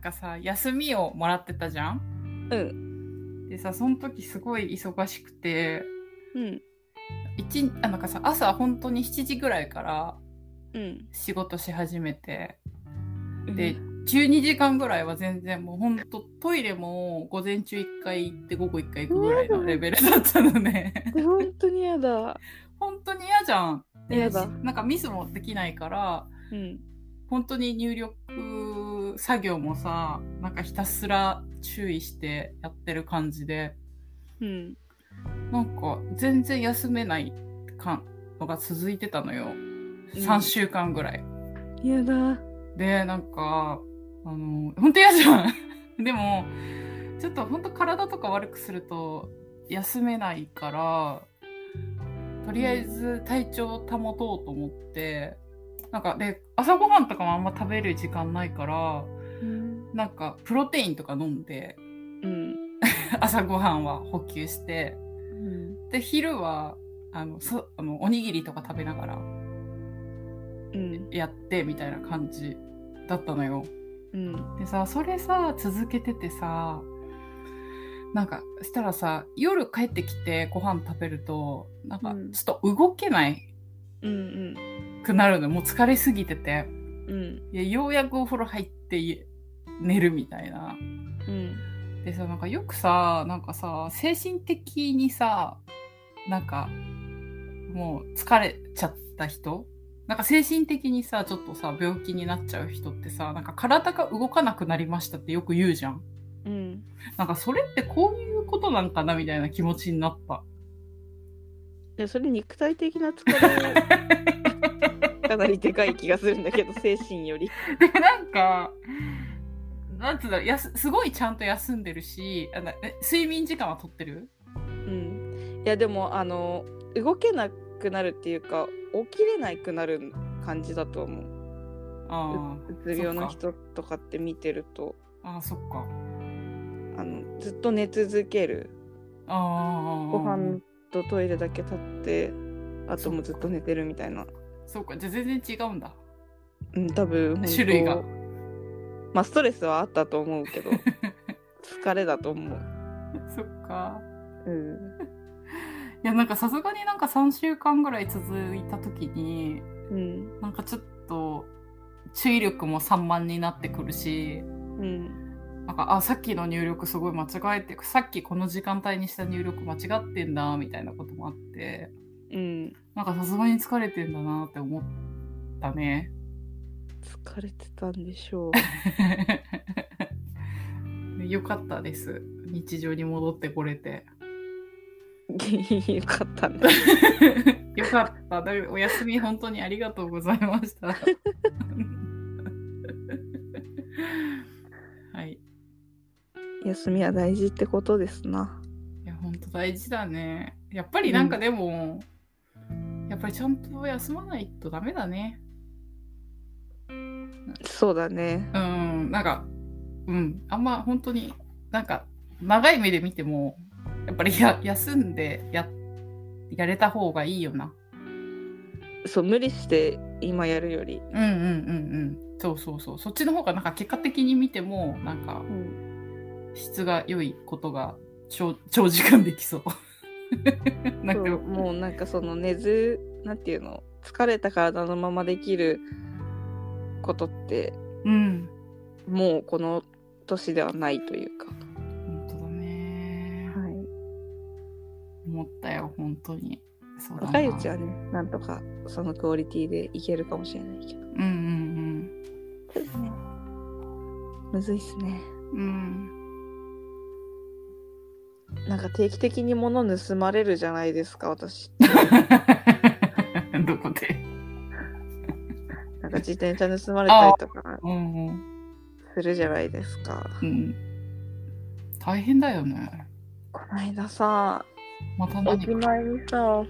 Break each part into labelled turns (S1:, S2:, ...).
S1: かさ休みをもらってたじゃん
S2: うん
S1: でさその時すごい忙しくて
S2: うん
S1: 一あなんかさ朝本当に7時ぐらいから
S2: うん
S1: 仕事し始めて
S2: うん
S1: で12時間ぐらいは全然もうほんとトイレも午前中1回行って午後1回行くぐらいのレベルだったのね
S2: 本当にやだ
S1: 本当に嫌じゃんで
S2: 嫌だ
S1: なんかミスもできないから
S2: うん
S1: 本当に入力作業もさなんかひたすら注意してやってる感じで
S2: うん
S1: なんか全然休めない感のが続いてたのよ3週間ぐらい、
S2: やだ
S1: でなんかあの本当嫌じゃん でもちょっと本当体とか悪くすると休めないからとりあえず体調を保とうと思ってなんかで朝ごはんとかもあんま食べる時間ないから
S2: うん
S1: なんかプロテインとか飲んで
S2: うん
S1: 朝ごはんは補給してで昼はあのそあのおにぎりとか食べながら
S2: うん
S1: やってみたいな感じだったのよ。
S2: うん
S1: でさそれさ続けててさなんかしたらさ夜帰ってきてご飯食べるとなんか
S2: うん
S1: ちょっと動けない
S2: うん
S1: くなるの、もう疲れすぎてて
S2: うん
S1: いやようやくお風呂入って寝るみたいな。
S2: うん
S1: でさなんかよくさなんかさ精神的にさなんかもう疲れちゃった人なんか精神的にさちょっとさ病気になっちゃう人ってさなんか体が動かなくなりましたってよく言うじゃん。
S2: うん
S1: なんかそれってこういうことなんかなみたいな気持ちになった。
S2: でそれ肉体的な疲れかなりでかい気がするんだけ ど精神より
S1: で、なんか、なんつうんだろうやす、すごいちゃんと休んでるし、あなえ睡眠時間は取ってる
S2: うんいやでもあの動けなくなるっていうか起きれなくなる感じだと思う
S1: あ
S2: うつ病の人とかって見てると
S1: あ、ああ、そっか。
S2: あのずっと寝続ける
S1: ああ、
S2: ご飯とトイレだけ立ってあともずっと寝てるみたいな、
S1: そうか、じゃあ全然違うんだ。
S2: うん、多分本当
S1: 種類が
S2: まあストレスはあったと思 うけど疲れだと思う、
S1: そっか。
S2: うん
S1: いや、なんかさすがになんか3週間ぐらい続いた時に、
S2: うん
S1: なんかちょっと、注意力も散漫になってくるし、
S2: うん
S1: なんか、あ、さっきの入力すごい間違えて、さっきこの時間帯にした入力間違ってんだ、みたいなこともあって、
S2: うん
S1: なんかさすがに疲れてんだなって思ったね。
S2: 疲れてたんでしょう
S1: よかったです。日常に戻ってこれて。
S2: よかったね
S1: よかった。だお休み本当にありがとうございました。 はい。
S2: 休みは大事ってことですな。
S1: いや、本当大事だね。やっぱりなんかでも、やっぱりちゃんと休まないとダメだね。
S2: そうだね。
S1: うん、なんか、うん、あんま本当に、なんか、長い目で見ても、やっぱりや休んでややれた方がいいよな。
S2: そう、無理して今やるより。
S1: うんうんうんうん。そうそうそう。そっちの方が、なんか結果的に見ても、なんか
S2: う、ん、
S1: 質が良いことが長長時間でき そう。なんか
S2: そうもうなんかその寝ず、なんていうの、疲れた体のままできることって、
S1: うん。
S2: もうこの年ではないというか。
S1: 本当だね。
S2: はい、
S1: 思ったよ、本当に。そうだな
S2: 若いうちはね、なんとかそのクオリティでいけるかもしれないけど。
S1: うんうん
S2: むずいっすね。
S1: うん。うん。
S2: なんか定期的に物盗まれるじゃないですか、 私。
S1: どこで
S2: なんか自転車盗まれたりとか
S1: うんうん。
S2: するじゃないですか。
S1: うん。大変だよね。
S2: こないださ、
S1: また何
S2: 駅
S1: か。
S2: 前にさ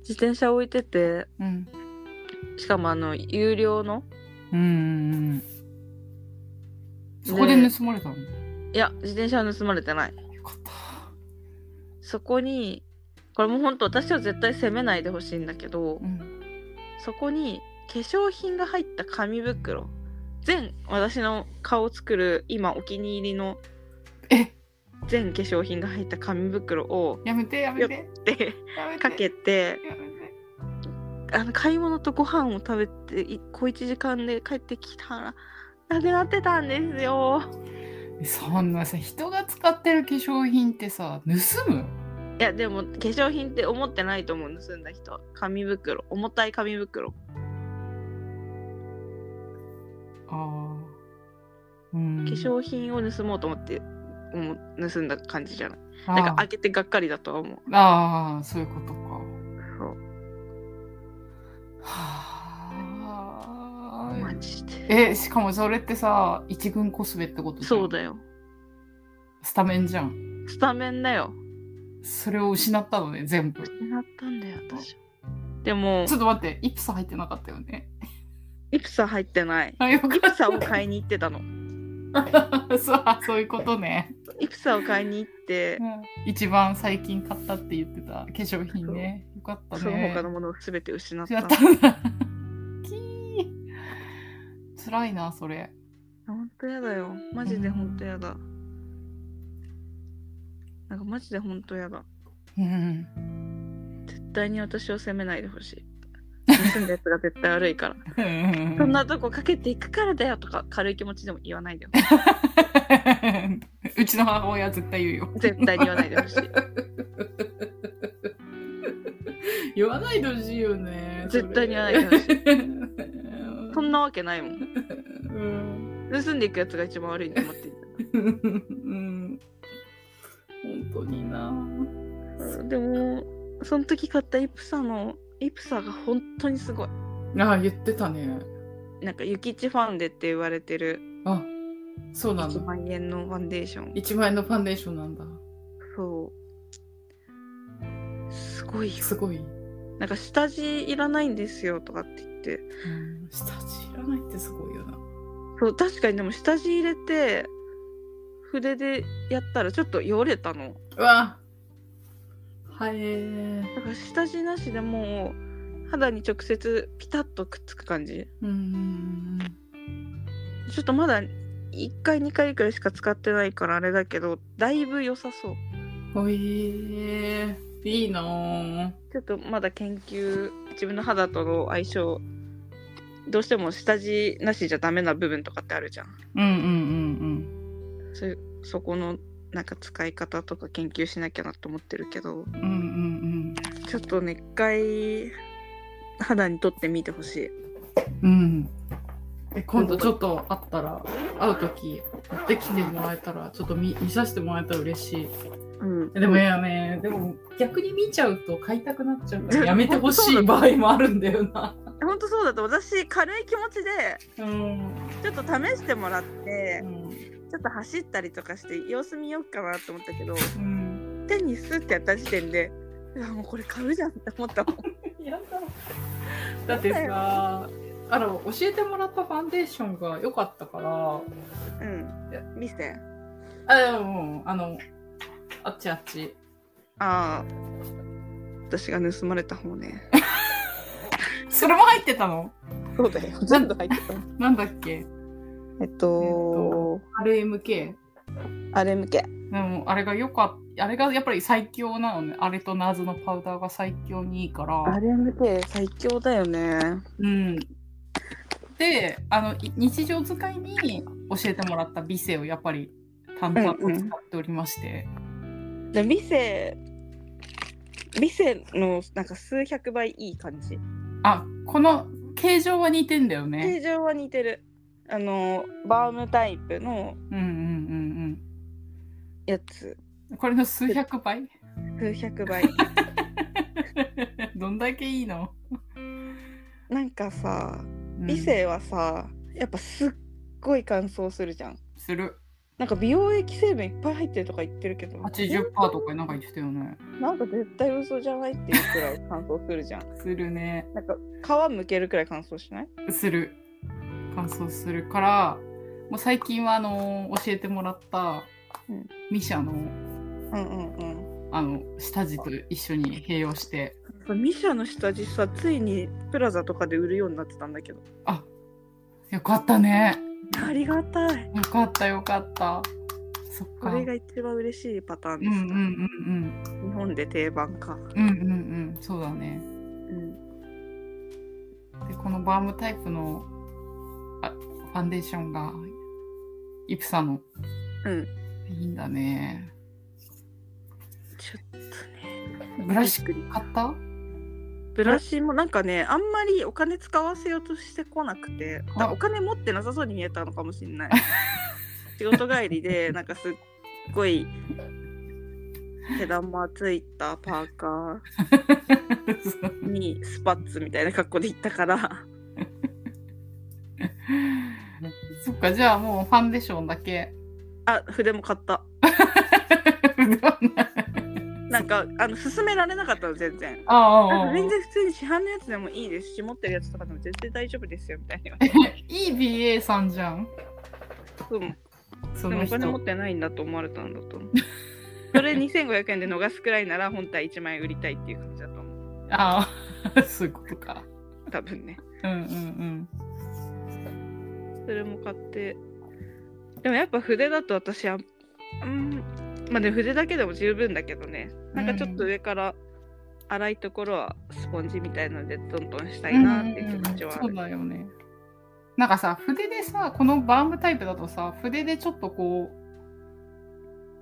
S2: 自転車置いてて
S1: うん。
S2: しかもあの有料の
S1: うんうんうん。そこで盗まれたの、
S2: いや自転車は盗まれてない
S1: よかった。
S2: そこにこれもうほんと私は絶対責めないでほしいんだけど
S1: うん。
S2: そこに化粧品が入った紙袋全私の顔を作る今お気に入りの
S1: え
S2: 全化粧品が入った紙袋を
S1: やめてやめて
S2: で
S1: やめて
S2: かけて
S1: やめて
S2: あの買い物とご飯を食べてい小1時間で帰ってきたらなくなってたんですよ
S1: そんなさ人が使ってる化粧品ってさ盗む
S2: いやでも化粧品って思ってないと思う盗んだ人紙袋重たい紙袋
S1: ああうん
S2: 化粧品を盗もうと思ってもう盗んだ感じじゃない
S1: あ
S2: なんか
S1: ー
S2: 開けてがっかりだとは思う
S1: あーそういうことか
S2: そう
S1: は
S2: マ
S1: あ
S2: ジで
S1: えしかもそれってさ一軍コスメってことじゃん
S2: そうだよ
S1: スタメンじゃん
S2: スタメンだよ
S1: それを失ったのね全部
S2: なったんだよ私はでも
S1: ちょっと待ってイプサ入ってなかったよね
S2: イプサ入ってない
S1: あよか
S2: イ
S1: った
S2: プサを買いに行ってたの
S1: そうあそういうことね、
S2: イプサを買いに行って
S1: うん、一番最近買ったって言ってた化粧品ねよかったね
S2: その他のものを全て失った
S1: や ったんだ。きー辛いな、それ。
S2: ほんとやだよマジでほんとやだなんかマジでほんとやだ
S1: うん。
S2: 絶対に私を責めないでほしい盗んだやつが絶対悪いからそんなとこかけていくからだよとか軽い気持ちでも言わないでほし い
S1: うちの母親は絶対言うよ。
S2: 絶対に言わないで ほしい
S1: 言わないでほしいよね。
S2: 絶対に言わないでほしい
S1: い
S2: そんなわけないもん
S1: うん。
S2: 盗んでいくやつが一番悪いと思ってい
S1: うん。本当にな。
S2: たでもその時買ったイプサのイプサが本当にすごい
S1: ああ、言ってたね。
S2: なんかユキチファンデって言われてる
S1: あ、そうなんだ
S2: 1。万円のファンデーション
S1: 1万円のファンデーションなんだ。
S2: そうすごいよ
S1: すごい。
S2: なんか下地いらないんですよとかって言って
S1: うん下地いらないってすごいよな。
S2: そう確かにでも下地入れて筆でやったらちょっとよれたの
S1: うわはいえ
S2: だから下地なしでもう肌に直接ピタッとくっつく感じ
S1: うんうん
S2: ちょっとまだ1回2回くらいしか使ってないからあれだけどだいぶ良さそう
S1: うんおいいいなぁ
S2: ちょっとまだ研究自分の肌との相性どうしても下地なしじゃダメな部分とかってあるじゃん
S1: うんうんうん
S2: そそこのなんか使い方とか研究しなきゃなと思ってるけど
S1: うんうんうん
S2: ちょっとね一回肌にとってみてほしい
S1: うんうんえ今度ちょっと会ったら会う時持ってきてもらえたらちょっと見見させてもらえたら嬉しい
S2: うん
S1: でもいやねでも逆に見ちゃうと買いたくなっちゃうからやめてほしい場合もあるんだよな
S2: ほんとそうだと私軽い気持ちで
S1: うん、
S2: ちょっと試してもらっ
S1: う
S2: て
S1: ん
S2: ちょっと走ったりとかして様子見ようかなと思ったけど
S1: うん、
S2: 手にスッてやった時点でうわもうこれ買うじゃんって思ったもん
S1: やだだってさあの教えてもらったファンデーションが良かったから
S2: うん見せ
S1: あ、でも、あの、あっちあっち。
S2: ああ私が盗まれた方ね
S1: それも入ってたの
S2: そうだよ全部入ってた
S1: なんだっけ
S2: えっと
S1: ?RMK?
S2: あれ向け
S1: でも、あれがよかった。あれがやっぱり最強なのね。あれとナーズのパウダーが最強にいいから。
S2: RMK 最強だよね。
S1: うん。で、あの、い日常使いに教えてもらった美声をやっぱり淡々と使っておりまして。
S2: で、ビセ、ビセのなんか数百倍いい感じ。
S1: あ、この形状は似てんだよね。
S2: 形状は似てる。あの、バームタイプの
S1: うんうんうん
S2: やつ、
S1: うん。これの数百倍
S2: 数百 倍。
S1: どんだけいいの
S2: なんかさ、ビセはさ、やっぱすっごい乾燥するじゃん。
S1: うんする。
S2: なんか美容液成分いっぱい入ってるとか言ってるけど、
S1: 80%とかなんか言ってたよね。
S2: なんか絶対嘘じゃないっていうくらい乾燥するじゃん。
S1: するね。
S2: なんか皮むけるくらい乾燥しない
S1: する。乾燥するから、もう最近はあのー教えてもらった
S2: うん
S1: ミシャの
S2: うんうんうん。
S1: あの下地と一緒に併用して、
S2: ミシャの下地さついにプラザとかで売るようになってたんだけど
S1: あよかったね。
S2: ありがたい。
S1: よかったよかった。そっ
S2: こ
S1: か。
S2: れが一番嬉しいパターン
S1: うん
S2: で
S1: う
S2: す
S1: ん
S2: ね、
S1: うん
S2: 日本で定番か。
S1: うん。うんうんうん。そうだね。
S2: うん。
S1: で、このバームタイプのあファンデーションが、イプサの。
S2: うん。
S1: いいんだね。
S2: ちょっとね。
S1: ブラシ
S2: びっくり
S1: 買った
S2: ブラシもなんかね、あんまりお金使わせようとしてこなくて、だからお金持ってなさそうに見えたのかもしれ ない。仕事帰りで、なんかすっごい毛玉ついたパーカーにスパッツみたいな格好で行ったから、
S1: そっか、じゃあもうファンデーションだけ。
S2: あ、筆も買った。なんか、あの、勧められなかったの、全然。
S1: あああ
S2: あ
S1: あ、
S2: 全然普通に市販のやつでもいいですし持ってるやつとかでも全然大丈夫ですよみたいな
S1: いい BA さんじゃん。
S2: うん
S1: そ
S2: でも
S1: の
S2: お
S1: 人。
S2: 金持ってないんだと思われたんだ と思うそれ2500円で逃すくらいなら本体1万円売りたいっていう感じだと思う
S1: ああ、 そういうことか。
S2: 多分ね
S1: うんうん
S2: それも買ってでもやっぱ筆だと私はうんまあでも筆だけでも十分だけどねなんかちょっと上から粗いところはスポンジみたいのでどんどんした
S1: う
S2: い
S1: ん。
S2: なっていう気持ちはあ
S1: そう
S2: る
S1: だよね。なんかさ、筆でさ、このバームタイプだとさ、筆でちょっとこ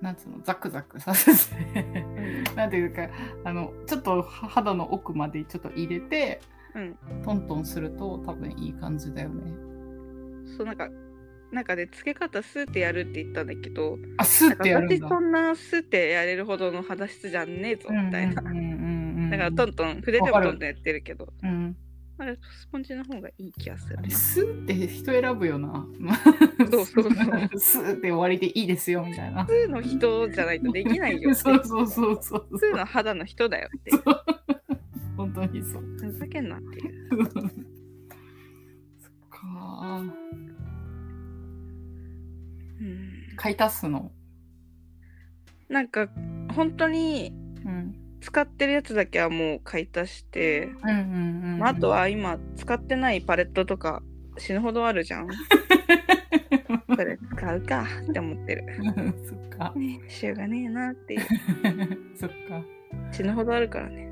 S1: う、なんつうの、ザクザクさせて、 なんていうか、あの、ちょっと肌の奥までちょっと入れて、
S2: うん
S1: トントンすると多分いい感じだよね。
S2: そうなんかなんかねつけ方スーってやるって言ったんだけど
S1: あ、ス
S2: な
S1: ー
S2: ん
S1: っ
S2: か
S1: てやる
S2: 私
S1: んだ。
S2: そんなスーってやれるほどの肌質じゃんねえぞみたいな、
S1: うんうんうんうん、
S2: だからトントン筆でもトントンやってるけど
S1: うん、
S2: あれスポンジの方がいい気がする
S1: あれスーって人選ぶよな。
S2: そうそう そう
S1: スーって終わりでいいですよみたいな。
S2: 普通の人じゃないとできない よ
S1: そうそうそうそう。
S2: 普通の肌の人だよって
S1: 本当にそう。
S2: ふざけんなっていう
S1: そっか。
S2: うん
S1: 買い足すの。
S2: なんか本当に
S1: うん。
S2: 使ってるやつだけはもう買い足して、
S1: うんうんうん。
S2: まあ、あと。 は今使ってないパレットとか死ぬほどある じゃんこれ使うかって思ってる
S1: そっか。
S2: ねしょうがねえなっていう
S1: そっか。
S2: 死ぬほどあるからね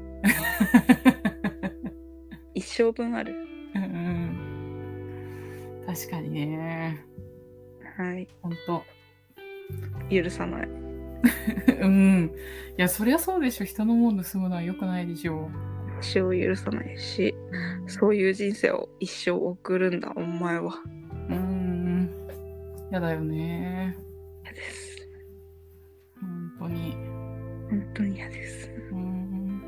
S2: 一生分ある
S1: うんうん。確かにね。
S2: はい
S1: 本当。
S2: 許さない
S1: うん。いや、そりゃそうでしょ。人のもん盗むのは良くないでしょ
S2: 死を許さないしそういう人生を一生送るんだお前は
S1: う。うん。やだよね。
S2: 嫌です
S1: 本当に。
S2: 本当に嫌です
S1: うん。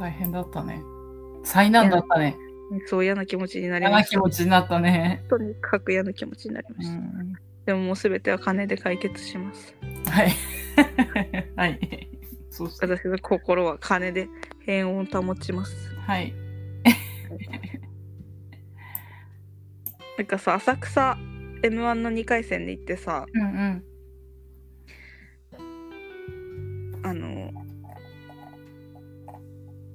S1: 大変だったね。災難だったね。
S2: そう嫌な気持ちになり
S1: 嫌
S2: ま
S1: な
S2: した
S1: 気持ちになったね。
S2: とにかく嫌な気持ちになりま
S1: う
S2: した、
S1: ん。
S2: でももう全ては金で解決します
S1: はい。 はい。そうした
S2: 私の心は金で平穏を保ちます
S1: はい。
S2: なんかさ浅草 m 1の2回戦で行ってさ
S1: うんうん。
S2: あの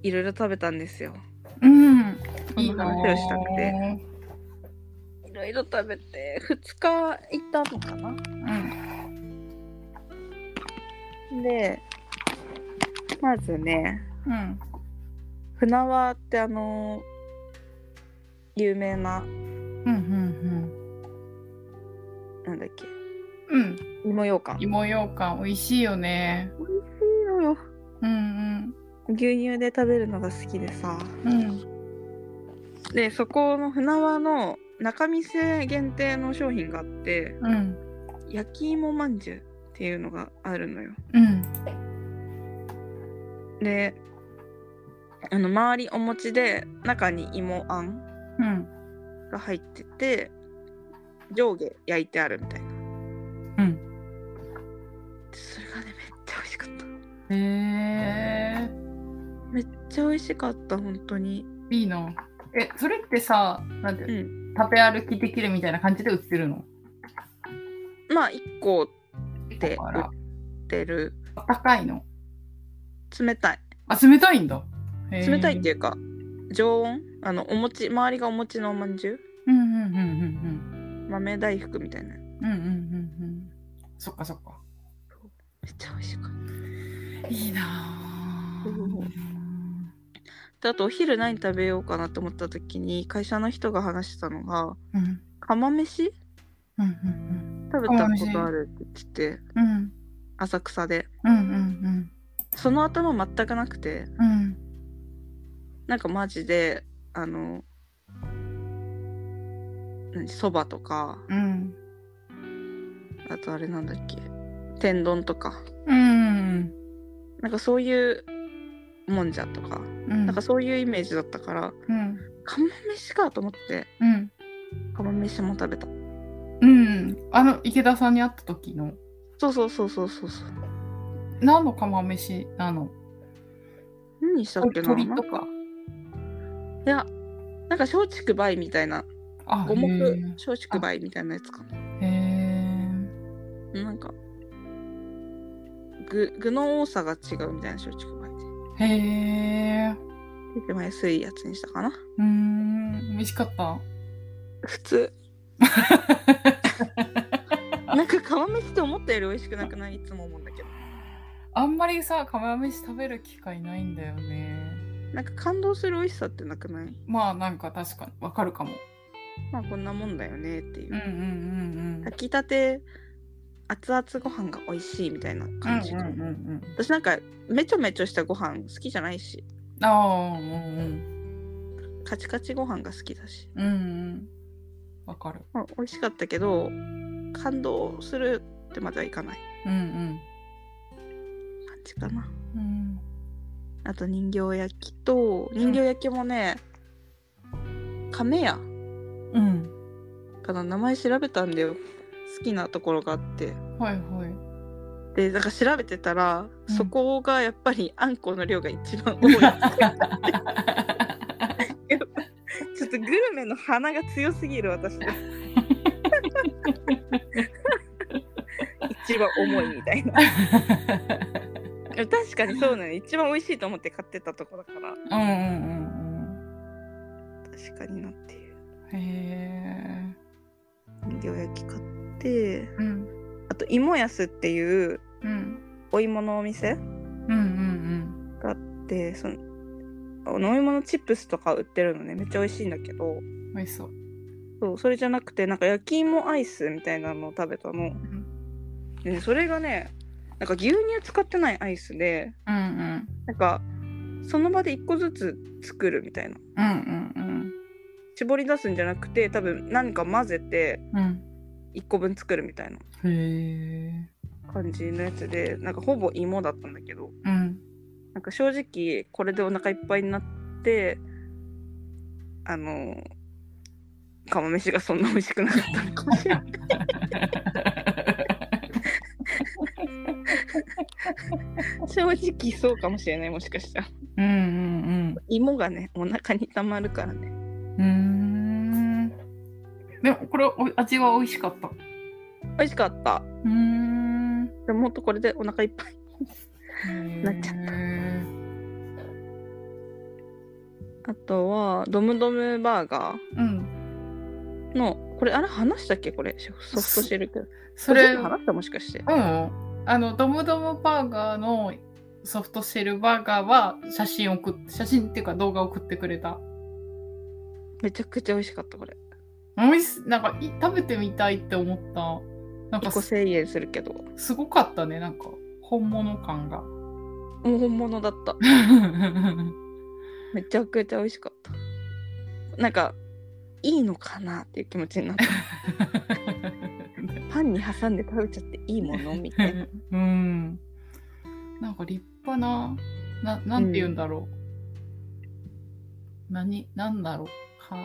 S2: いろいろ食べたんですよ
S1: うん。
S2: その話をしたくていろいろ食べて2日行ったのかな
S1: うん。
S2: でまずね
S1: うん。
S2: 船輪ってあの有名な
S1: うんうん
S2: なんだっけ
S1: うん。うん。
S2: 芋ようかん
S1: 芋ようかん美味しいよね。
S2: 美味しいのよ
S1: うん
S2: 牛乳で食べるのが好きでさ
S1: うん。うん。
S2: でそこの船輪の中見世限定の商品があって
S1: うん。
S2: 焼き芋まんじゅうっていうのがあるのよ
S1: うん。
S2: であの周りお餅で中に芋あん
S1: うん。
S2: が入ってて上下焼いてあるみたいな
S1: うん
S2: それがねめっちゃ美味しかった
S1: へえー。
S2: めっちゃ美味しかった本当に
S1: いいな。え、それってさ、なんて、
S2: うん
S1: 食べ歩きできるみたいな感じで売ってるの
S2: まあ1個売って
S1: だから
S2: ってる
S1: 高いの。
S2: 冷たい
S1: あ、冷たいんだ。へー
S2: 冷たいっていうか常温あのお餅周りがお餅のおまんじゅ
S1: うんうんうんうん
S2: う豆大福みたいなめ
S1: うんうんうんうんうんそっかそっか
S2: っちゃ美味しかっ
S1: いいなぁ
S2: うんたであとお昼何食べようかなと思った時に会社の人が話してたのが
S1: うん
S2: 釜飯
S1: うんうん
S2: 食べたことあるって言ってて
S1: うんうん
S2: 浅草で
S1: うんうん
S2: その頭全くなくて
S1: うんうん
S2: なんかマジであの何そばとか
S1: うん
S2: あとあれなんだっけ天丼とか
S1: うん
S2: なんかそういうもんじゃとか、
S1: うん
S2: なんかそういうイメージだったから
S1: うん
S2: 釜飯かと思って
S1: うん
S2: 釜飯も食べた
S1: うんあの池田さんに会った時の
S2: そうそうそうそうそうそう
S1: 何の釜飯なの
S2: 何したっけな
S1: 鳥
S2: なん
S1: と
S2: か
S1: か
S2: いやなんか松竹梅みたいな
S1: あ
S2: 五目
S1: へー
S2: 松竹梅みたいなやつか
S1: へ
S2: ななんか具具の多さが違うみたいな松竹梅
S1: えへえ
S2: で一番安いやつにしたかな
S1: うーん美味しかった
S2: 普通 なんか釜飯って思ったより美味しくなくないいつも思うんだけど
S1: あんまりさ釜飯食べる機会ないんだよね
S2: なんか感動する美味しさってなくない
S1: まあなんか確かにわかるかも
S2: まあこんなもんだよねっていう、
S1: うんうんうんうん
S2: 炊きたて熱々ご飯が美味しいみたいな感じか
S1: うんう
S2: も、
S1: んうん
S2: 私なんかめちょめちょしたご飯好きじゃないし
S1: うんああうんうん
S2: カチカチご飯が好きだし、
S1: うんうんわかる
S2: まあ、美味しかったけど感動するってまではいかない
S1: うん
S2: 感じかな
S1: うんうん
S2: あと人形焼きと人形焼きもね、亀屋
S1: うん
S2: かな名前調べたんだよ好きなところがあって
S1: はいはい
S2: でなんか調べてたら、
S1: うん
S2: そこがやっぱりあんこの量が一番多いちょっとグルメの鼻が強すぎる私一番重いみたいな確かにそうなの一番美味しいと思って買ってたとこだから
S1: うんうんうん
S2: 確かになっていう
S1: うんへ
S2: 人形焼き買って
S1: えうん
S2: あと芋やすっていう
S1: うん
S2: お芋のお店
S1: うんうん
S2: があってその飲み物チップスとか売ってるのねめっちゃ美味しいんだけど
S1: うん美味しそう
S2: そうそれじゃなくてなんか焼き芋アイスみたいなのを食べたの
S1: ん
S2: で、ね、それがねなんか牛乳使ってないアイスで
S1: うんうん
S2: なんかその場で1個ずつ作るみたいな
S1: うんうん
S2: 絞り出すんじゃなくて多分何か混ぜて
S1: うんうん
S2: 1個分作るみたいな
S1: へえ
S2: 感じのやつでなんかほぼ芋だったんだけど
S1: うん
S2: なんか正直これでお腹いっぱいになってあの釜飯がそんな美味しくなかったのかもしれない 正直そうかもしれないもしかしたら
S1: うんうん
S2: 芋がねお腹にたまるからね
S1: うんうーんでもこれお味は美味しかったう
S2: 美味しかった
S1: ーんへ
S2: でももっとこれでお腹いっぱい
S1: ー
S2: なっちゃっあとはドムドムバーガ
S1: うん
S2: ーのこれあれ話したっけこれソフトシルク
S1: それ
S2: ソフトシルク話したもしかして
S1: うんあのドムドムバーガーのソフトシェルバーガーは写真送っ写真っていうか動画送ってくれた
S2: めちゃくちゃ美味しかったこれ
S1: おいしなんかい食べてみたいって思ったなん
S2: 1
S1: か
S2: 個
S1: す
S2: 1000円するけども
S1: すごかったねなんか本物感 が
S2: う本物だっためちゃくちゃ美味しかったなんかいいのかなっていう気持 ちになったパンに挟んで食べちゃっていいも のみたいな
S1: うんなんか立派な、ななんて言うんだろう。何、なんだろう。か、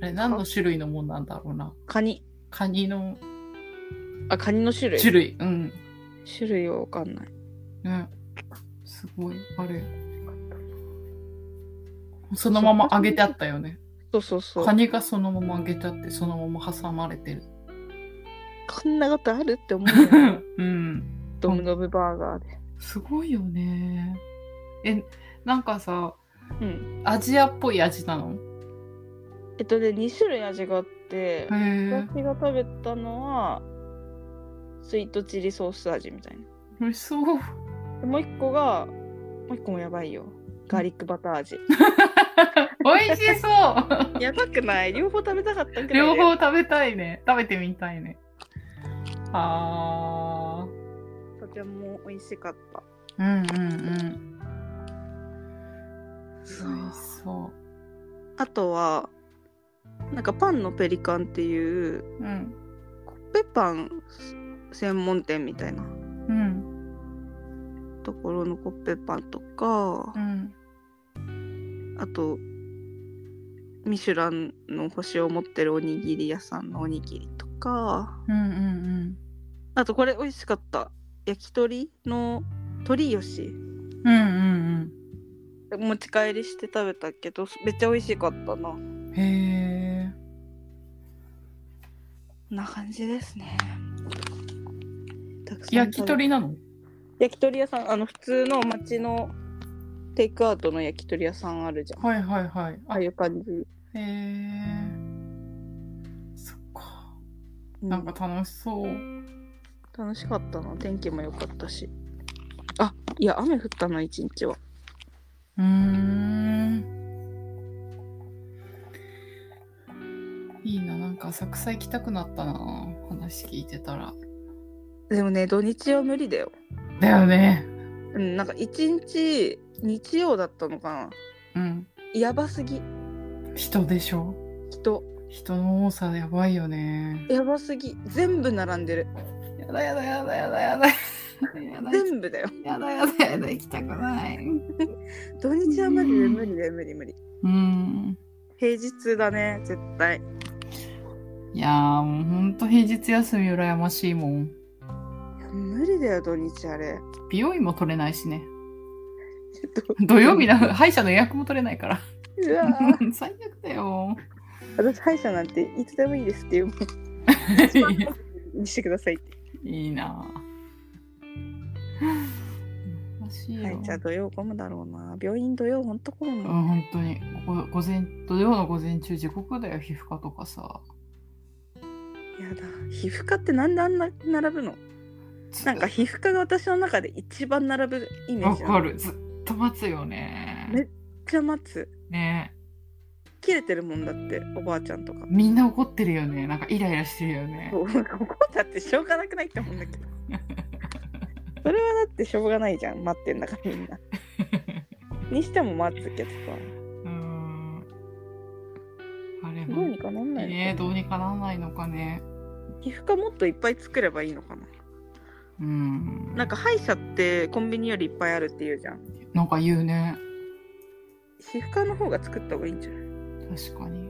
S1: あれ、何の種類のもんなんだろうな。
S2: カニ
S1: カニの
S2: あカニの種類
S1: 種類。うん。
S2: 種類は分かんない
S1: ね。すごい、あれ。そのまま揚げてあったよね。
S2: そうそうそう
S1: カニがそのまま揚げてあって、そのまま挟まれてる。
S2: こんなことあるって思うよ ね
S1: うん。
S2: ドムドムバーガーです
S1: ごいよね。え、なんかさ、
S2: うん、
S1: アジアっぽい味なの
S2: えっとね2種類味があって
S1: へえ
S2: 私が食べたのはスイートチリソース味みたいな
S1: 美味しそう
S2: でもう一個がもう一個もやばいよガーリックバター 味
S1: 美味し そう
S2: やばくない両方食べたかったけど
S1: 両方食べたいね食べてみたいねあ
S2: とても美味しかった
S1: ーうんうんうん美味しそ
S2: あとはなんかパンのペリカンっていう
S1: ううん
S2: コッペパン専門店みたいな
S1: うん
S2: ところのコッペパンとか
S1: うん
S2: あとミシュランの星を持ってるおにぎり屋さんのおにぎりとか
S1: うんうん
S2: あとこれ美味しかった焼き鳥の鳥よし
S1: うんうんうん
S2: 持ち帰りして食べたけどめっちゃ美味しかったなこん
S1: うんへえ
S2: な感じですねたくさん食べ
S1: 焼き鳥なの
S2: 焼き鳥屋さんあの普通の町のテイクアウトの焼き鳥屋さんあるじゃんあ
S1: はいはいはいあ
S2: あいう感じ、
S1: へえそっか
S2: う
S1: なんか楽しそう
S2: 楽しかったな天気も良かったしあいや雨降ったな一日は
S1: うーんいいななんか浅草行きたくなったな話聞いてたら
S2: でもね土日は無理だよ
S1: だよね
S2: うんなんか一日日曜だったのかな
S1: うん
S2: やばすぎ
S1: 人でしょ
S2: 人
S1: 人の多さやばいよね
S2: やばすぎ全部並んでる
S1: やだやだやだやだやだやだ
S2: 全部だよ
S1: やだやだやだ行きたくない
S2: 土日はマジで無理だよ無理無理
S1: うん
S2: 平日だね絶対
S1: いやーもうほんと平日休み羨ましいもん
S2: いや無理だよ土日あれ
S1: 美容院も取れないしね
S2: ちょっと
S1: 土曜日な歯医者の予約も取れないから
S2: うわー
S1: 最悪だ よ。
S2: 私歯医者なんていつでもいいですっていうものにしてくださいって。
S1: いいなぁ。おかしいよ。
S2: はい、じゃあ土曜混むだろうな。病院土曜ほんと混む
S1: うん、
S2: もん。
S1: 本当にご午前土曜の午前中時刻だよ皮膚科とかさ
S2: やだ。皮膚科ってなんであんな並ぶのなんか皮膚科が私の中で一番並ぶイメー
S1: わ
S2: ジ
S1: か
S2: る。
S1: るずっと待つよ
S2: めっ
S1: ね
S2: ちゃ待つ。
S1: ね
S2: 切れてるもんだって、おばあちゃんと か。
S1: みんな怒ってるよねなんかイライラしてるよね
S2: こうなんか怒ったってしょうがなくないって思うん だけど。それはだってしょうがないじゃん。待ってんだからみ んな。にしても待つけどさ。
S1: うんあれ
S2: どう
S1: も
S2: にかなんないのかな
S1: ねどうにかならないのかね
S2: 皮膚科もっといっぱい作ればいいのかな。
S1: うん
S2: なんか歯医者ってコンビニよりいっぱいあるっていうじゃん。
S1: なんか言うね
S2: 皮膚科の方が作った方がいいんじゃない
S1: 確かに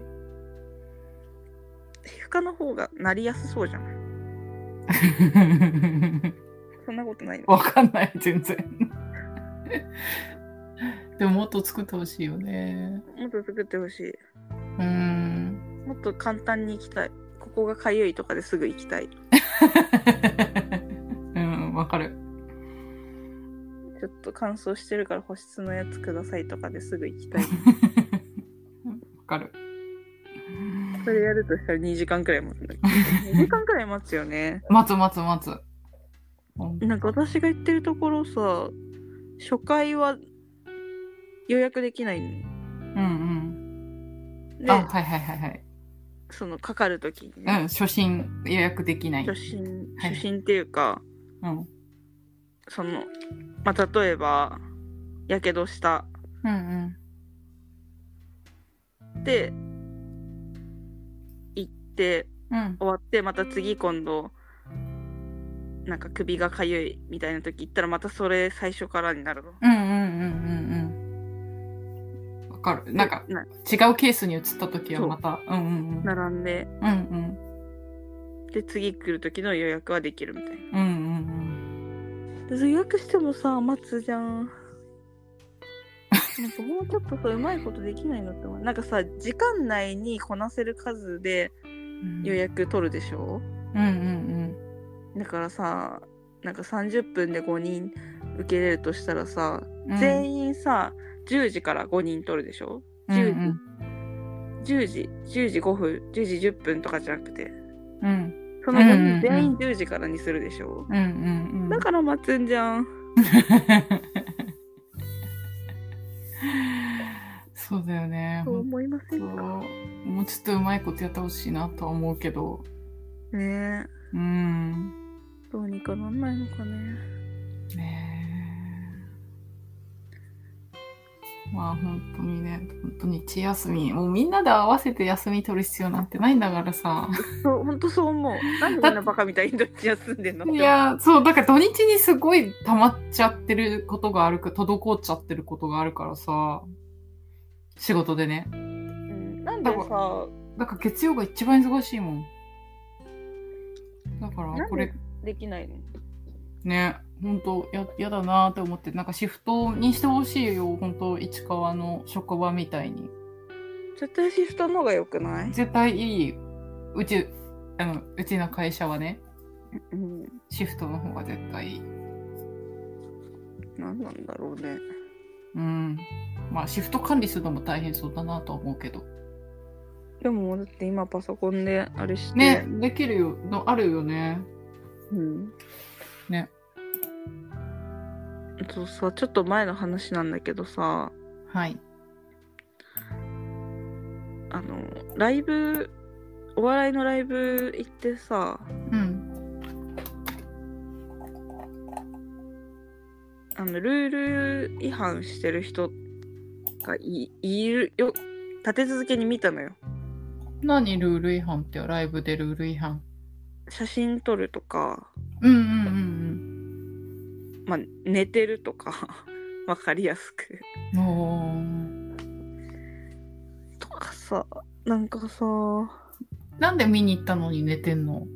S2: 皮膚科の方がなりやすそうじゃないそんなことないの
S1: わかんない、全然。でももっと作ってほしいよね。
S2: もっと作ってほしい。
S1: うん。
S2: もっと簡単に行きたい。ここがかゆいとかですぐ行きたい。
S1: うん、わかる。
S2: ちょっと乾燥してるから保湿のやつくださいとかですぐ行きた い。
S1: わかる。
S2: それやるとしたら2時間くらい待つんだけど。2時 間くらい待つよね。
S1: 待つ待つ待つ。ほん
S2: なんか私が言ってるところさ、初回は予約できないの。
S1: うんうん。
S2: で
S1: あ、、はいはいはいはい。
S2: そのかかるときに
S1: う
S2: ね、
S1: ん、初心予約できない。
S2: 初心
S1: はい
S2: 初心っていうか、
S1: うん。
S2: その、まあ、例えばやけどした
S1: うんうん。
S2: で行って
S1: うん。
S2: 終わってまた次今度なんか首がかゆいみたいな時行ったらまたそれ最初からになるの。
S1: うんうんうんうんうん。わかる。なんか
S2: な
S1: 違うケースに移った時はまた。うんうんうん。
S2: 並んで
S1: うんうん。
S2: で次来る時の予約はできるみたい
S1: うんうんうん。
S2: な。でそれ予約してもさ待つじゃん。なんかもうちょっとそううまいことできないのって思う。なんかさ時間内にこなせる数で予約取るでしょ、
S1: うんうん
S2: だからさなんか30分で5人受けれるとしたらさ、
S1: うんうん。
S2: 全員さ10時から5人取るでしょ
S1: うんうん
S2: 10時10時5分10時10分とかじゃなくて
S1: うん
S2: その
S1: うんうん
S2: 5人
S1: うん
S2: 全員10時からにするでしょ、
S1: うんうんう
S2: だ
S1: ん
S2: から待つんじゃん
S1: そうだよね
S2: そう思いませ
S1: そうん
S2: か
S1: もうちょっとうまいことやってほしいなとは思うけど
S2: ねえ
S1: うん
S2: どうにかなんないのかね
S1: ねえまあ本当にね本当に一休みもうみんなで合わせて休み取る必要なんてないんだからさ
S2: そう本当そう思うなんでみんなバカみたいにどっち休んでんの
S1: いやそうだから土日にすごい溜まっちゃってることがあるか滞っちゃってることがあるからさ仕事でね
S2: うんなんでさ
S1: だから月曜が一番忙しいもんだからこれ
S2: できないの
S1: ね本当ややだなって思ってなんかシフトにしてほしいよ本当市川の職場みたいに
S2: 絶対シフトの方が良くない、
S1: 絶対いいうちあのうちの会社はね
S2: うん、
S1: シフトの方が絶対いい
S2: 何なんだろうね
S1: うんまあシフト管理するのも大変そうだなとは思うけど
S2: でもだって今パソコンであれして
S1: ねできるよのあるよね
S2: うん
S1: ね
S2: あとさちょっと前の話なんだけどさ
S1: はい
S2: あのライブお笑いのライブ行ってさ
S1: うん
S2: あのルール違反してる人がいいるよ立て続けに見たのよ
S1: 何ルール違反ってライブでルール違反
S2: 写真撮るとか、
S1: うんうんうん
S2: まあ、寝てるとか わかりやすく
S1: うんおー
S2: とかさなんかさも
S1: なんで見に行ったのに寝てんの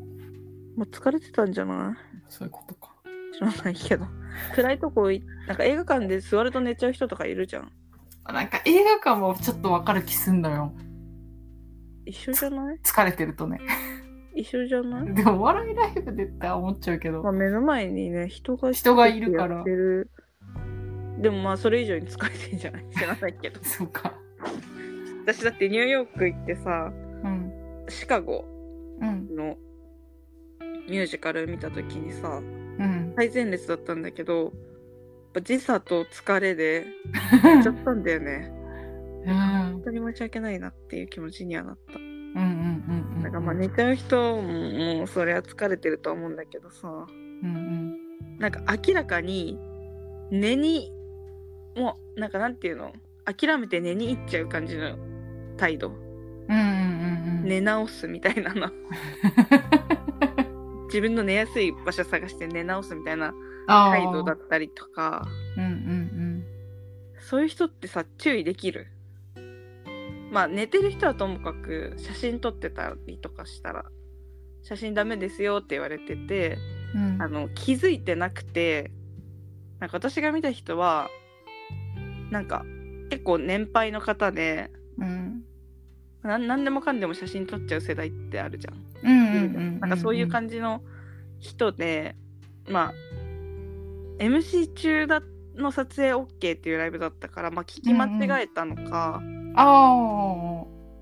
S2: う疲れてたんじゃない
S1: そういうことか
S2: 知らないけど暗いとこいなんか映画館で座ると寝ちゃう人とかいるじゃん
S1: なんか映画館もちょっとわかる気すんだよ。
S2: 一緒じゃない
S1: 疲れてるとね。
S2: 一緒じゃない、
S1: でもお笑いライブでって思っちゃうけど
S2: まあ、。目の前にね人が
S1: 人がいるから
S2: やってるでもまあそれ以上に疲れてんじ ゃない知らないけど
S1: そうか。
S2: 私だってニューヨーク行ってさ
S1: うん。
S2: シカゴ
S1: うん。
S2: のミュージカル見た時にさ
S1: うん。
S2: 最前列だったんだけどやっぱ時差と疲れで寝ちゃったんだよね
S1: うん。
S2: 本当に申し訳ないなっていう気持ちにはなった
S1: うん。うん。うん。
S2: なんかまあ寝ちゃう人ももうそれは疲れてると思うんだけどさ
S1: うん。
S2: なんか明らかに寝にもうなんかなんていうの諦めて寝に行っちゃう感じの態度
S1: うん。うん。うん。うん。
S2: 寝直すみたいなの自分の寝やすい場所探して寝直すみたいな
S1: あ
S2: 態度
S1: ー
S2: だったりとか
S1: うん。うん。
S2: そういう人ってさ注意できるまあ寝てる人はともかく写真撮ってたりとかしたら写真ダメですよって言われてて
S1: うん。うん。
S2: あの気づいてなくてなんか私が見た人はなんか結構年配の方で
S1: うん。
S2: なん何でもかんでも写真撮っちゃう世代ってあるじゃん。
S1: うん。うん。うん。
S2: なんかそういう感じの人で、まあ MC 中だの撮影 OK っていうライブだったから、まあ、聞き間違えたのか、
S1: じ。ああ。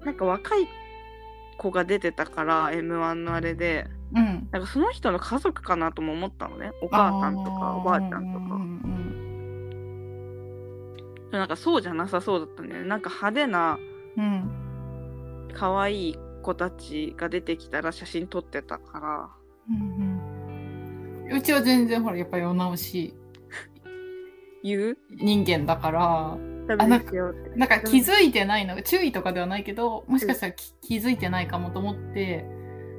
S2: なんか若い子が出てたから m 1のあれで
S1: うん。
S2: なんかその人の家族かなとも思ったのねお母さんとかおばあちゃんと
S1: うん。
S2: か。でもなんかそうじゃなさそうだったんだよねなんか派手な
S1: うん。うん。
S2: 可愛い子たちが出てきたら写真撮ってたから
S1: うん。うん。うちは全然ほら、やっぱりお直し
S2: 言う
S1: 人間だから。
S2: ダメですよって
S1: なんか気づいてないの注意とかではないけどもしかしたらき気づいてないかもと思って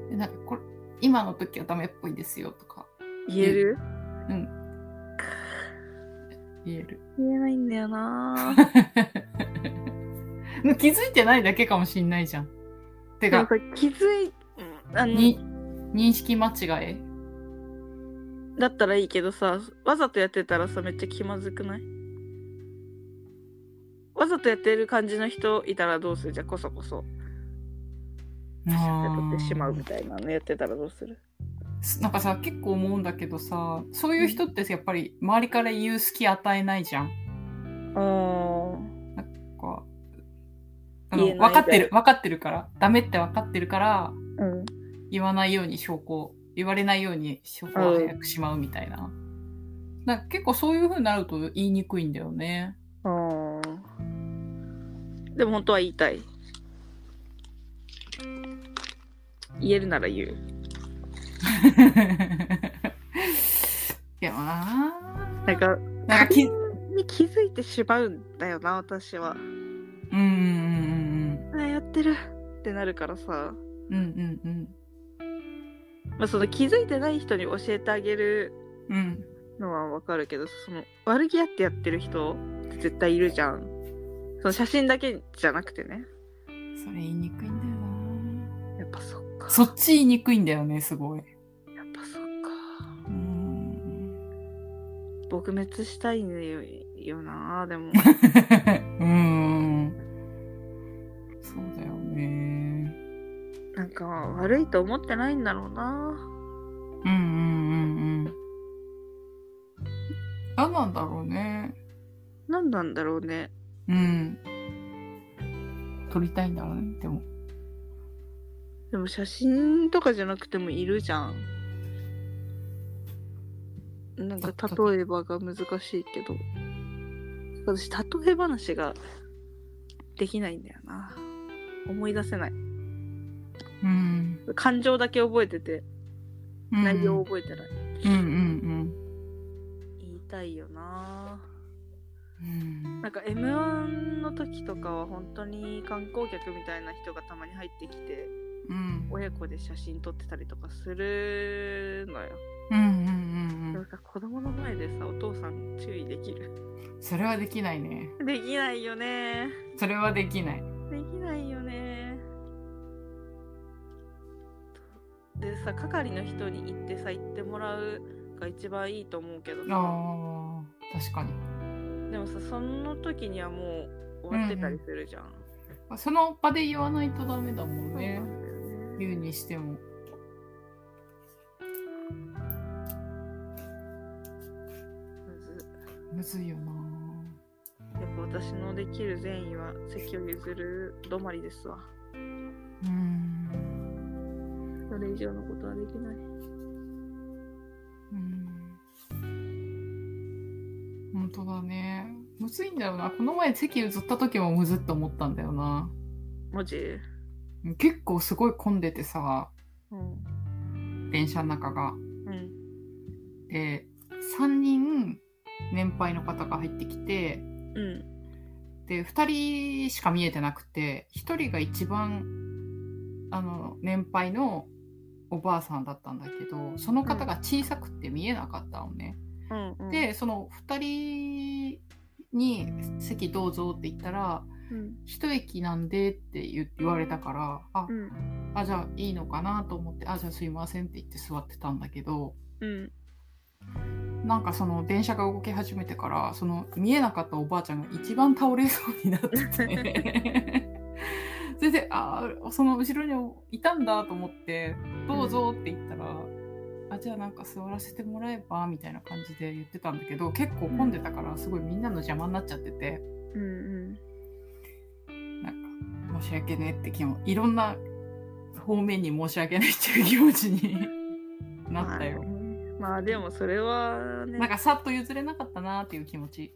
S1: でなんかこれ今の時はダメっぽいですよとか
S2: 言える
S1: 言え る
S2: 言えないんだ よなぁ
S1: 気づいてないだけかもしんないじゃんて
S2: なん
S1: か
S2: か気づいあの
S1: に認識間違い
S2: だったらいいけどさわざとやってたらさめっちゃ気まずくないわざとやってる感じの人いたらどうするじゃあこそこそ写真撮ってしまうみたいなのやってたらどうする
S1: なんかさ結構思うんだけどさそういう人ってやっぱり周りから言う隙与えないじゃん
S2: ああ
S1: こうあ
S2: 言え
S1: の
S2: ない
S1: 分かってる分かってるからダメって分かってるから
S2: あ、うん。
S1: 言わないように証拠を言われないように証拠を早くしまうみたいな,、なんか結構そういう風になると言いにくいんだよね
S2: ああ。でも本当は言いたい。言えるなら言う。
S1: いやな
S2: なんか、
S1: なんかき
S2: に気づいてしまうんだよな、私は。
S1: うんうん
S2: あやってるってなるからさ、
S1: うんうんうんうん
S2: まあ、その気づいてない人に教えてあげる
S1: うんうん
S2: のはわかるけどその悪気あってやってる人って絶対いるじゃんその写真だけじゃなくてね
S1: それ言いにくいんだよな
S2: やっぱそっか
S1: そっち言いにくいんだよねすごい
S2: やっぱそっか
S1: うん
S2: 撲滅したいのよよなで
S1: う
S2: も
S1: んそうだよね
S2: なんか悪いと思ってないんだろう
S1: う
S2: な
S1: んうんうんうん。何なんだろうね。
S2: 何なんだろうね
S1: うん。撮りたいんだろうね、でも。
S2: でも写真とかじゃなくてもいるじゃんなんか例えばが難しいけど私例え話ができないんだよな思い出せない
S1: うん。
S2: 感情だけ覚えてて内容を覚えてない、
S1: うんうん
S2: 言いたいよな
S1: うん。
S2: なんか m 1の時とかは本当に観光客みたいな人がたまに入ってきて
S1: うん。
S2: 親子で写真撮ってたりとかするのよ
S1: うんうんう
S2: なん
S1: ん
S2: か子供の前でさお父さん注意できる
S1: うん。それはできないね。
S2: できないよね
S1: それはできない。
S2: できないよねでさ係の人に行ってさ行ってもらうが一番いいと思うけどさ
S1: ああ、確かに。
S2: でもさその時にはもう終わってたりするじゃん、
S1: その場で言わないとダメだもんね。
S2: そう
S1: 言うにしても。
S2: むず
S1: むずいよな。
S2: やっぱ私のできる善意は席を譲る止まりですわ
S1: うん。
S2: それ以上のことはできない
S1: うん本当だね。むずいんだよな。この前席譲った時もむずっと思ったんだよな。
S2: 文字
S1: 結構すごい混んでてさ、
S2: うん
S1: 電車の中が。
S2: うん
S1: で、3人年配の方が入ってきて、
S2: うん
S1: で、2人しか見えてなくて、1人が一番、あの、年配のおばあさんだったんだけど、その方が小さくて見えなかったのね。
S2: うんうん
S1: でその2人に「席どうぞ」って言ったら
S2: うん
S1: 「一駅なんで」って言言われたからあ
S2: うん
S1: あじゃあいいのかなと思って「あじゃあすいません」って言って座ってたんだけど
S2: うん
S1: なんかその電車が動き始めてからその見えなかったおばあちゃんが一番倒れそうになっててそれで「あーその後ろにいたんだ」と思って「どうぞ」って言ったら。あじゃあなんか座らせてもらえばみたいな感じで言ってたんだけど結構混んでたからすごいみんなの邪魔になっちゃってて
S2: うん
S1: なんか申し訳ねえって気もいろんな方面に申し訳ないっていう気持ちになったよ
S2: まあ。ねまあでもそれはね
S1: なんかさっと譲れなかったなっていう気持ち。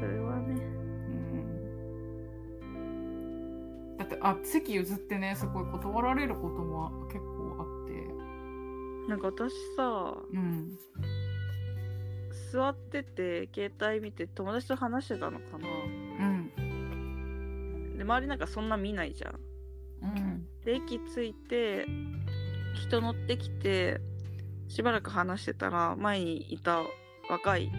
S2: それはね
S1: うんだってあ席譲ってねすごい断られることも結構あって
S2: なんか私さ
S1: うん
S2: 座ってて携帯見て友達と話してたのかな
S1: うん
S2: で周りなんかそんな見ないじゃん
S1: うん
S2: で駅着いて人乗ってきてしばらく話してたら前にいた若い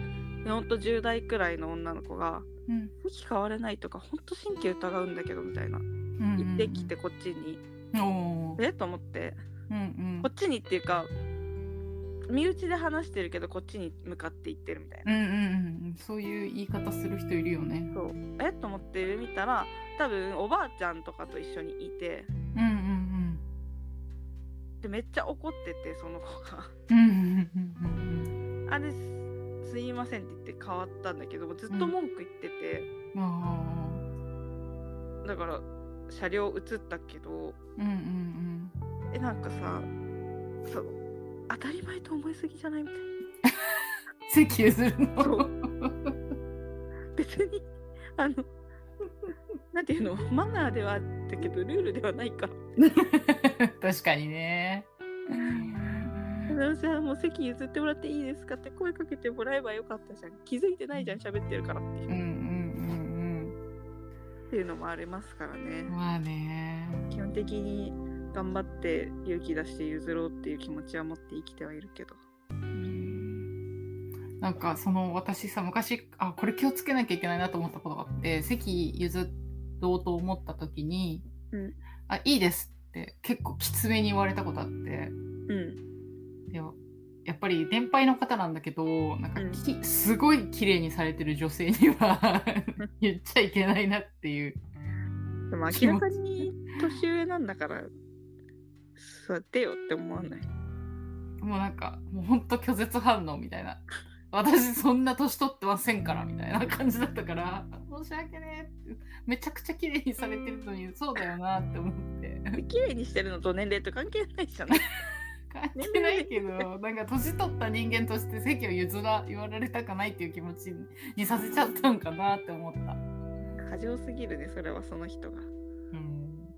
S2: ほんと10代くらいの女の子が
S1: うん
S2: 「席変われない」とか「ほんと神経疑うんだけど」みたいな
S1: うん
S2: 言ってきてこっちに
S1: お
S2: 「
S1: ー
S2: えっ?」と思って
S1: うんうん
S2: こっちにっていうか身内で話してるけどこっちに向かって行ってるみたい
S1: うん
S2: な
S1: うんうんうんそういう言い方する人いるよね
S2: そう「えっ?」と思って上見たら多分おばあちゃんとかと一緒にいて
S1: うんうん
S2: でめっちゃ怒っててその子が。
S1: うんうんうんうんうん
S2: あれすいませんって言って変わったんだけどもずっと文句言ってて、
S1: あ
S2: だから車両移ったけど
S1: ーうんうん
S2: えなんかさそう当たり前と思いすぎじゃないみたい
S1: うん席譲るの
S2: そうな 別にあのなんていうのマナーではあったけどルールではないから
S1: 確かにね
S2: じゃあもう席譲ってもらっていいですかって声かけてもらえばよかったじゃん気づいてないじゃん喋ってるからっていう
S1: うんうんうん
S2: っていうのもありますから
S1: う
S2: ね
S1: んまあね
S2: 基本的に頑張って勇気出して譲ろうっていう気持ちは持って生きてはいるけど
S1: なんかその私さ昔あこれ気をつけなきゃいけないなと思ったことがあって席譲ろうと思った時に「
S2: うん
S1: あいいです」って結構きつめに言われたことあって
S2: うん
S1: でもやっぱり年配の方なんだけどなんかき、すごい綺麗にされてる女性には言っちゃいけないなっていう
S2: でも明らかに年上なんだから座ってよって思わない
S1: もうなんかもうほんと拒絶反応みたいな私そんな年取ってませんからみたいな感じだったから申し訳ねえってめちゃくちゃ綺麗にされてるのにそうだよなって思って
S2: 綺麗にしてるのと年齢と関係ないじゃない
S1: 関係ないけどなんか年取った人間として席を譲ら言われたくないっていう気持ちにさせちゃったんかなって思った。
S2: 過剰すぎるねそれはその人が
S1: うん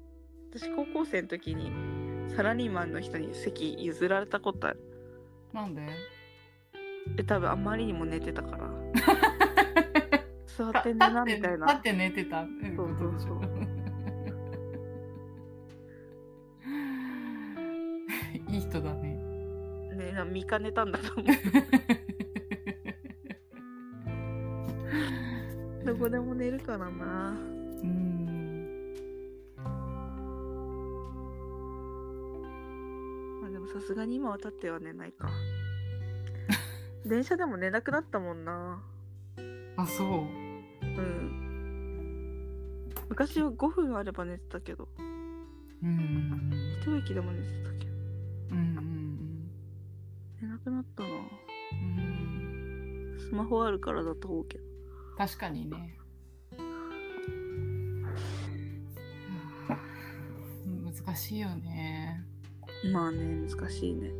S2: 私高校生の時にサラリーマンの人に席譲られたことある
S1: なんで
S2: え多分あまりにも寝てたから座
S1: た
S2: って
S1: 立
S2: んだな
S1: っ
S2: み
S1: て
S2: たい
S1: 立っ
S2: な
S1: て寝てたっていうことでしょ
S2: そう
S1: いい人だね
S2: ねな見かねたんだと思う どこでも寝るからな。
S1: うん
S2: まあでもさすがに今は立っては寝ないか。電車でも寝なくなったもんな。
S1: あそう
S2: うん。昔は5分あれば寝てたけど、
S1: うん
S2: 一息でも寝てたけど、
S1: うんうん
S2: 寝なくなったな。
S1: うんうん
S2: スマホあるからだと思うけど。
S1: 確かにね はあ難しいよね
S2: まあね、難しいね。